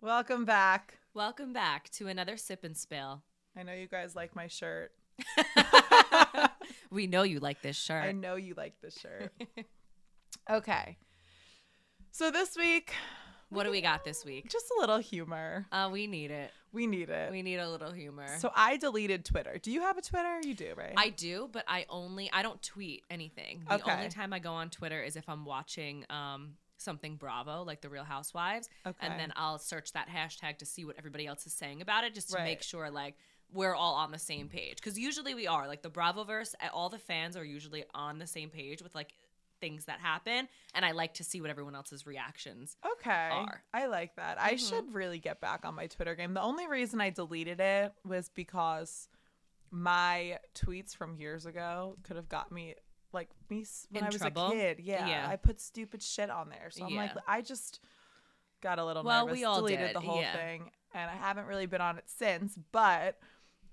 Welcome back. Welcome back to another sip and spill. I know you guys like my shirt. we know you like this shirt. I know you like this shirt. okay. So this week, what do we got this week? just a little humor. Uh, we need it. We need it. We need a little humor. so I deleted Twitter. Do you have a Twitter? You do, right? I do, but I only I don't tweet anything. The Okay. only time I go on Twitter is if I'm watching um something Bravo, like The Real Housewives, okay. and then I'll search that hashtag to see what everybody else is saying about it, just to make Right. sure like we're all on the same page. Because usually we are. Like the Bravoverse, uh, all the fans are usually on the same page with like things that happen, and I like to see what everyone else's reactions. Okay. are. I like that. I Mhm. should really get back on my Twitter game. The only reason I deleted it was because my tweets from years ago could have got me like me s- when In I was trouble? a kid. Yeah, Yeah. I put stupid shit on there. So I'm like Yeah. I just got a little Well, nervous. we all deleted did, the whole yeah. thing and I haven't really been on it since, but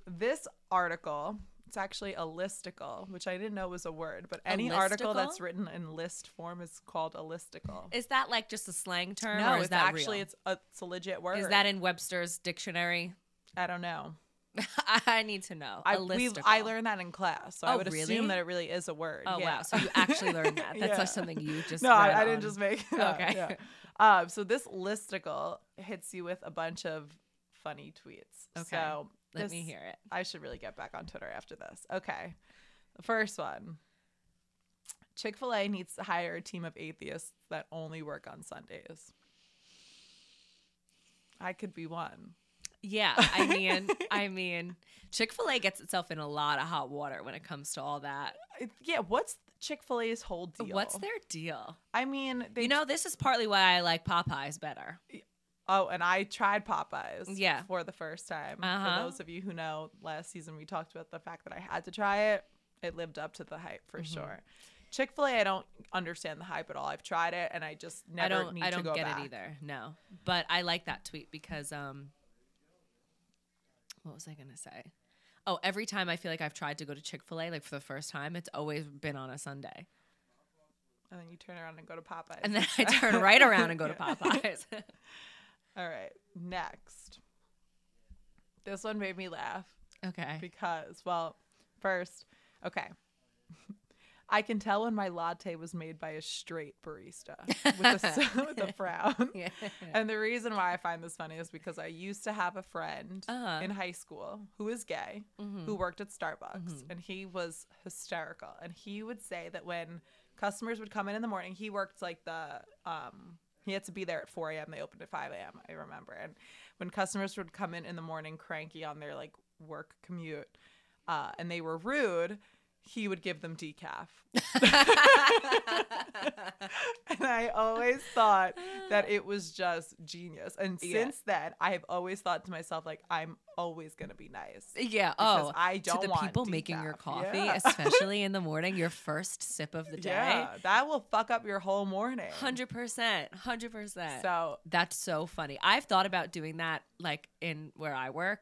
this article it's actually a listicle, which I didn't know was a word, but A any article listicle? that's written in list form is called a listicle. Is that like just a slang term? No, or is it's that actually real? it's a, it's a legit word. Is that in Webster's dictionary? I don't know. I need to know. I A we listicle. I learned that in class, so I Oh, would really? assume that it really is a word. Oh yeah. wow! So you actually learned that. That's Yeah. like something you just. no, I, read I didn't on- just make it up, Okay. yeah. Um, so this listicle hits you with a bunch of funny tweets. Okay. So Let this- me hear it. I should really get back on Twitter after this. Okay. The first one. Chick fil A needs to hire a team of atheists that only work on Sundays. I could be one. Yeah, I mean, I mean, Chick Fil A gets itself in a lot of hot water when it comes to all that. It- yeah, what's Chick Fil A's whole deal? What's their deal? I mean, they you know, this is partly why I like Popeyes better. Oh, and I tried Popeyes. Yeah. for the first time. Uh-huh. For those of you who know, last season we talked about the fact that I had to try it. It lived up to the hype for Mhm. sure. Chick Fil A, I don't understand the hype at all. I've tried it, and I just never I don't, need I to don't go get back. it either. No, but I like that tweet because um, what was I gonna say? Oh, every time I feel like I've tried to go to Chick Fil A, like for the first time, it's always been on a Sunday. And then you turn around and go to Popeyes. and then I turn right around and go to Yeah. Popeyes. all right, next. This one made me laugh. okay. because well first okay i can tell when my latte was made by a straight barista with a, s- with a frown Yeah. and the reason why i find this funny is because i used to have a friend Uh-huh. in high school who was gay Mhm. who worked at starbucks Mhm. and he was hysterical and he would say that when customers would come in in the morning he worked like the um he had to be there at 4 a.m. They opened at 5 a.m. I remember. And when customers would come in in the morning cranky on their like work commute, uh, and they were rude, he would give them decaf. And I always thought that it was just genius. And Yeah. since then, I have always thought to myself, like, I'm always gonna be nice. yeah. because Oh. I To don't the want people making your decaf. coffee, Yeah. especially in the morning, your first sip of the day. Yeah, that will fuck up your whole morning. Hundred percent. Hundred percent. So That's so funny. I've thought about doing that, like in where I work.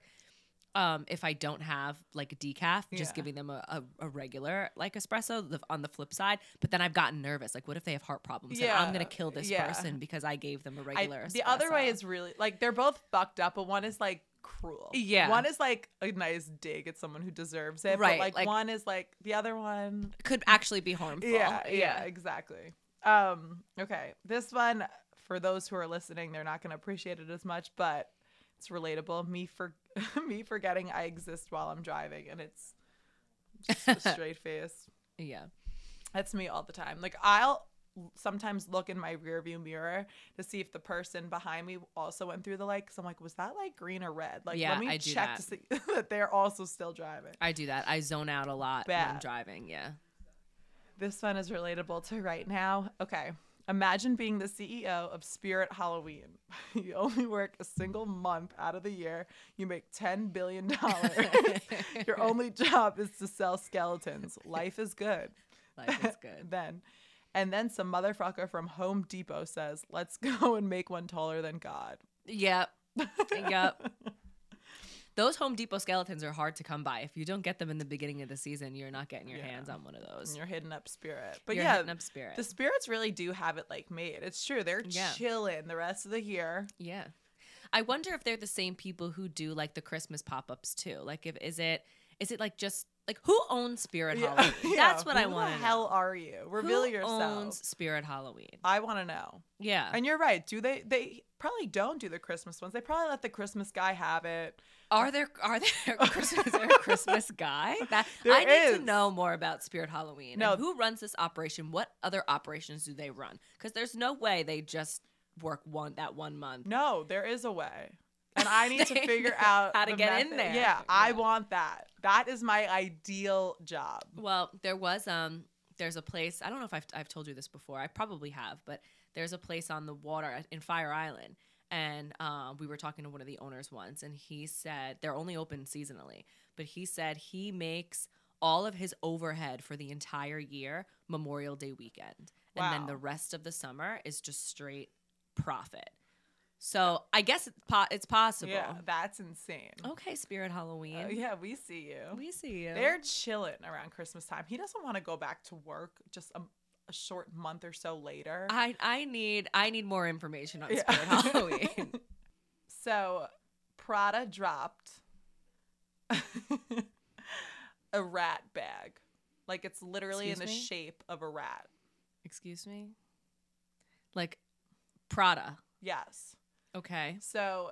Um, if I don't have like a decaf, just Yeah. giving them a, a, a regular like espresso the, on the flip side. But then I've gotten nervous. Like, what if they have heart problems? Yeah. I'm Yeah. gonna kill this Yeah. person because I gave them a I- regular. the other way espresso. is really like they're both fucked up, but one is like cruel. Yeah. One is like a nice dig at someone who deserves it. Right, But like, like- one is like the other one. could actually be harmful. Yeah, yeah, exactly. Um, okay. This one, for those who are listening, they're not gonna appreciate it as much, but it's relatable. Me for me forgetting I exist while I'm driving and it's just a straight face. Yeah. That's me all the time. Like I'll sometimes look in my rearview mirror to see if the person behind me also went through the light. Cause I'm like, was that like green or red? Like, Yeah, let me I do check to see that they're also still driving. I do that. I zone out a lot when I'm Bad. driving. Yeah. This one is relatable to right now. Okay. Imagine being the CEO of Spirit Halloween. You only work a single month out of the year. You make $10 billion. Your only job is to sell skeletons. Life is good. Life is good. Then, and then some motherfucker from Home Depot says, let's go and make one taller than God. Yep. Yep. Those Home Depot skeletons are hard to come by. If you don't get them in the beginning of the season, you're not getting your Yeah. hands on one of And those. you're hitting up Spirit. But You're yeah, hitting up spirit. the spirits really do have it like made. It's true. They're Yeah. chilling the rest of the year. yeah. I wonder if they're the same people who do like the Christmas pop ups too. Like, if is it is it like just like who owns Spirit Halloween? That's what I Who want the to hell know. are you? Reveal who yourself. owns Oh. Spirit Halloween? I want to know. Yeah, And you're right. Do they? They probably don't do the Christmas ones. They probably let the Christmas guy have it. are there are there Christmas, is there a Christmas guy? That There I need is. to know more about Spirit Halloween. and No. who runs this operation? What other operations do they run? Because there's no way they just work one that one month. No, there is a way. And I need to They figure know out how to the get in method. there. Yeah, I Yeah. want that. That is my ideal job. Well, there was um there's a place I don't know if I've I've told you this before. I probably have, but there's a place on the water at- in Fire Island. And um, we were talking to one of the owners once, and he said they're only open seasonally, but he said he makes all of his overhead for the entire year Memorial Day weekend. And then Wow. the rest of the summer is just straight profit. So I guess it's, po- it's possible. Yeah, that's insane. Okay, Spirit Halloween. Uh, yeah, we see you. We see you. They're chilling around Christmas time. He doesn't want to go back to work just a, a short month or so later. I I need I need more information on Yeah. Spirit Halloween. So Prada dropped a rat bag. Like it's literally in Excuse the me? shape of a rat. Excuse me. Like Prada. Yes. Okay. So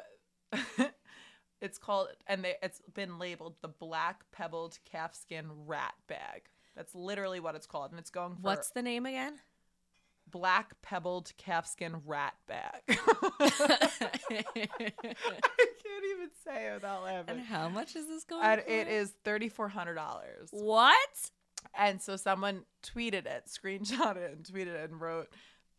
it's called and they, it's been labeled the black pebbled calfskin rat bag. That's literally what it's called and it's going for What's the name again? black pebbled calfskin rat bag. I can't even say it without and laughing. how much is this going? And for? it is thirty four hundred dollars. what? And so someone tweeted it, screenshot it, and tweeted it and wrote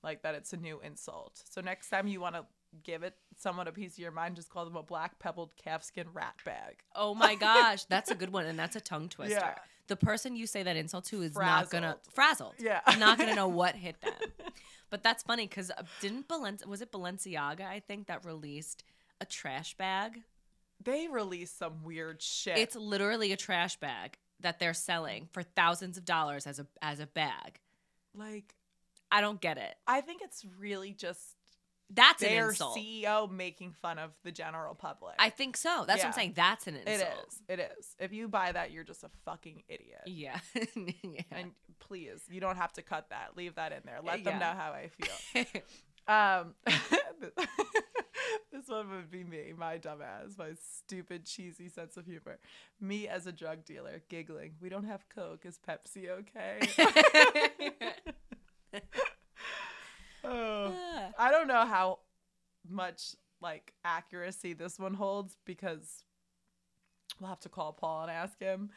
like that it's a new insult. So next time you want to give it someone a piece of your mind, just call them a black pebbled calfskin rat bag. Oh my gosh, that's a good one, and that's a tongue twister. Yeah. The person you say that insult to is not gonna frazzled. Yeah. not gonna know what hit them. But that's funny because didn't Balen was it Balenciaga? I think that released a trash bag. They release some weird shit. It's literally a trash bag that they're selling for thousands of dollars as a as a bag. like I don't get it. I think it's really just That's an their insult. CEO making fun of the general public. I think so. That's what Yeah. I'm saying. That's an it insult. is. It is. If you buy that, you're just a fucking idiot. Yeah. And please, you don't have to cut that. Leave that in there. Let them Yeah. know how I feel. yeah. Um, this one would be me, my dumbass, my stupid, cheesy sense of humor. Me as a drug dealer, giggling. We don't have Coke. Is Pepsi okay? oh. Ah. I don't know how much like accuracy this one holds because we'll have to call Paul and ask him.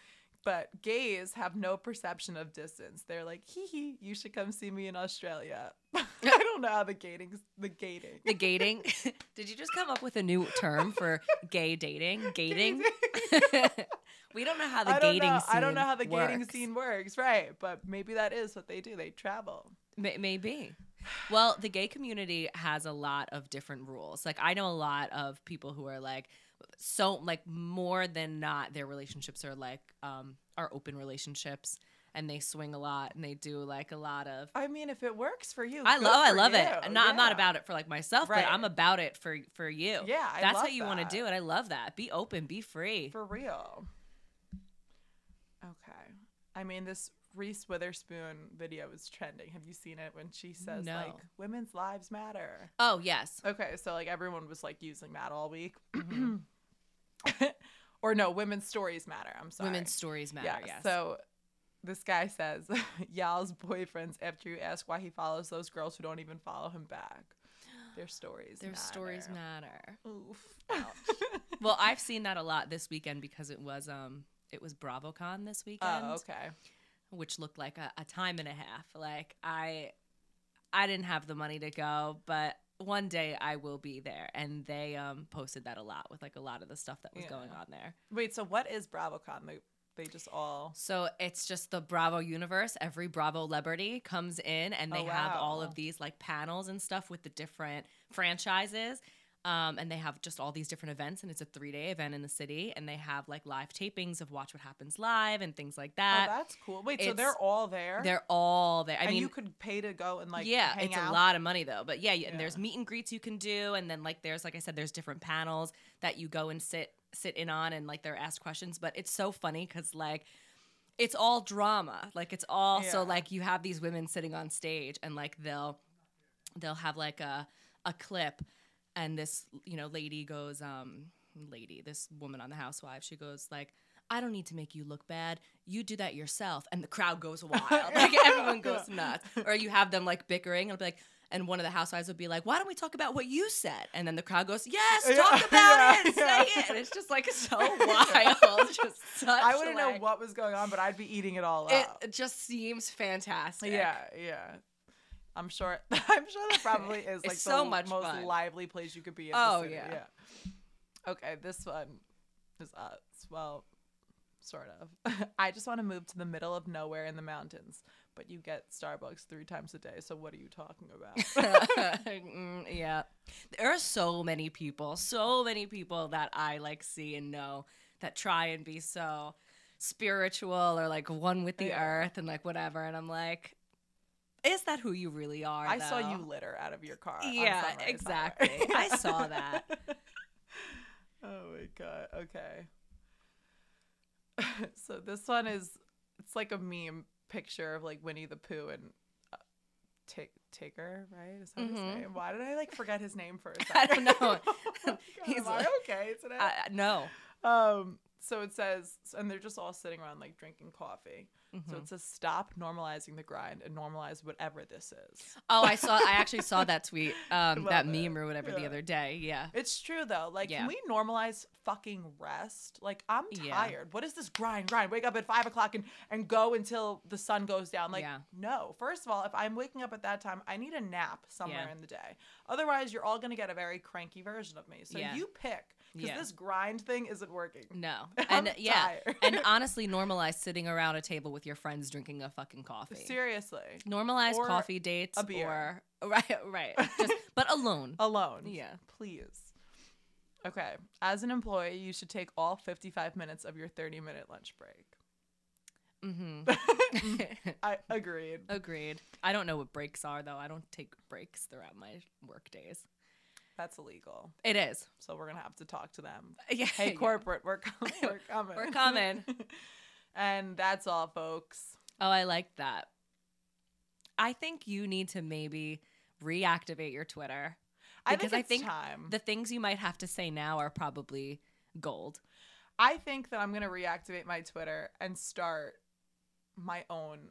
But gays have no perception of distance. They're like, hee hee, you should come see me in Australia. I don't know how the gating, the gating, the gating. Did you just come up with a new term for gay dating? Gating. we don't know how the I don't gating know. scene. I don't know how the gating works. scene works, right? But maybe that is what they do. They travel. May- Maybe. Well, the gay community has a lot of different rules. Like I know a lot of people who are like so like more than not their relationships are like um are open relationships and they swing a lot and they do like a lot of I mean, if it works for you, I Oh, good love I for love it. you. I'm not I'm not Yeah. about it for like myself, Right. but I'm about it for for you. Yeah, I That's how love you want that. to do it. I love that. Be open, be free. For real. Okay. I mean, this Reese Witherspoon video is trending. Have you seen it when she says, No. like, women's lives matter? oh, yes. Okay. So, like, everyone was, like, using that all week. Mm-hmm. or, no, women's stories matter. I'm sorry. Women's stories matter, yes. So, this guy says, y'all's boyfriends, after you ask why he follows those girls who don't even follow him back, their stories their stories matter. Oof. well, I've seen that a lot this weekend because it was um it was BravoCon this weekend, Oh, okay. which looked like a, a time and a half. Like I I didn't have the money to go, but one day I will be there. And they um posted that a lot with like a lot of the stuff that was Yeah. going on there. Wait, so what is BravoCon? They they just all So it's just the Bravo universe. Every Bravo celebrity comes in and they Oh, have all wow. of these like panels and stuff with the different franchises. Um, and they have just all these different events, and it's a three day event in the city. And they have like live tapings of Watch What Happens Live and things like Oh, that. that's cool. Wait, so Uh, it's- they're all there? They're all there. I and mean, you could pay to go and like yeah, hang it's out? a lot of money though. But yeah, yeah, Yeah. and there's meet and greets you can do, and then like there's like I said, there's different panels that you go and sit sit in on, and like they're asked questions. But it's so funny because like it's all drama, like it's all so Yeah. like you have these women sitting on stage, and like they'll they'll have like a a clip, and this you know lady goes um lady this woman on the housewife she goes like. I don't need to make you look bad. You do that yourself, and the crowd goes wild. Like everyone goes Yeah. nuts. Or you have them like bickering, and I'll be like, and one of the housewives would be like, "Why don't we talk about what you said?" And then the crowd goes, "Yes, Yeah, talk about yeah, it, yeah. say it." And it's just like so wild. just such. I wouldn't know like- what was going on, but I'd be eating it all It up. just seems fantastic. Yeah, yeah. I'm sure. I'm sure that probably is It's like so the much most fun. lively place you could be. in the Oh, city, yeah. yeah. Okay, this one is us. Well, sort of. I just want to move to the middle of nowhere in the mountains, but you get Starbucks three times a day. So what are you talking about? Mm, yeah. There are so many people, so many people that I like see and know that try and be so spiritual or like one with the Yeah. earth and like whatever. And I'm like, is that who you really are? I saw though? you litter out of your car. on Yeah, Sunrise Highway. exactly. I saw that. oh my god. Okay. so this one is it's like a meme picture of like Winnie the Pooh and uh, Tig Tigger, right? Is that his Mhm. name? Why did I like forget his name for a second? I don't know. Oh my God, He's am like- I okay today? I, I- no. um. So it says, and they're just all sitting around like drinking coffee. So Mhm. it says, "Stop normalizing the grind and normalize whatever this is." Oh, I saw. I actually saw that tweet, um, love that it. meme or whatever the Yeah. other day. Yeah. It's true though. Like, Yeah. can we normalize fucking rest? Like, I'm Yeah. tired. What is this grind? Grind. Wake up at five o'clock and and go until the sun goes down. Like, Yeah. no. First of all, if I'm waking up at that time, I need a nap somewhere Yeah. in the day. Otherwise, you're all gonna get a very cranky version of me. So Yeah. you pick because Yeah. this grind thing isn't working. No. I'm And yeah. tired. and honestly, normalize sitting around a table with your friends drinking a fucking coffee. Seriously, Normalize Or coffee dates a beer. or right, right, just but alone. alone. Yeah. please. Okay, as an employee, you should take all 55 minutes of your 30 minute lunch break. hmm I agreed. Agreed. I don't know what breaks are though. I don't take breaks throughout my work days. That's illegal. It is. So we're gonna have to talk to them. Yeah. Hey, yeah. corporate, we're coming. We're coming. We're coming. and that's all, folks. Oh, I liked that. I think you need to maybe reactivate your Twitter. I think Because I it's think time. The things you might have to say now are probably gold. I think that I'm gonna reactivate my Twitter and start my own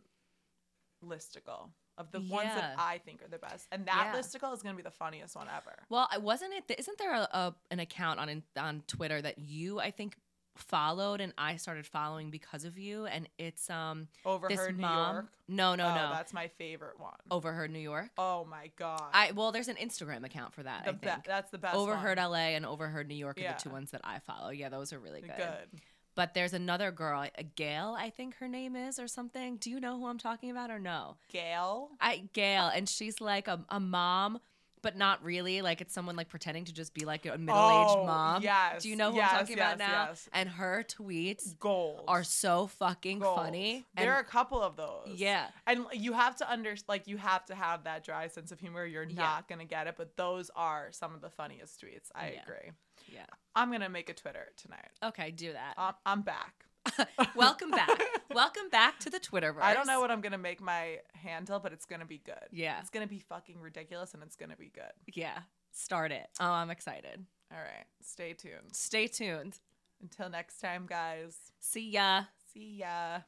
listicle of the ones that Yeah. I think are the best, and that Yeah. listicle is gonna be the funniest one ever. Well, I- wasn't it? Isn't there a, a an account on in- on Twitter that you I think followed and I started following because of you? And it's um Overheard this New mom. York. No, no, oh, no. that's my favorite one. Oh, Overheard New York. my god. I well, there's an Instagram account for that. the I be- think that's the best. Overheard one. LA and Overheard New York are Yeah. the two ones that I follow. Yeah, those are really good. Good. But there's another girl, a Gail, I think her name is, or something. Do you know who I'm talking about or no? Gail. I Gail, and she's like a, a mom, but not really. Like it's someone like pretending to just be like a middle aged Oh, mom. Yes. Do you know who yes, I'm talking about yes, now? Yes. And her tweets Gold. are so fucking Gold. funny. And There are a couple of those. yeah, And you have to under like you have to have that dry sense of humor. You're Yeah. not gonna get it, but those are some of the funniest tweets. I Yeah. agree. Yeah. I'm gonna make a Twitter tonight. okay, do that. I'm, I'm back. Welcome back. Welcome back to the Twitterverse. I don't know what I'm gonna make my handle, but it's gonna be good. Yeah, It's gonna be fucking ridiculous, and it's gonna be good. yeah. Start it. Oh, I'm excited. All right, stay tuned. Stay tuned. Until next time, guys. See ya. See ya.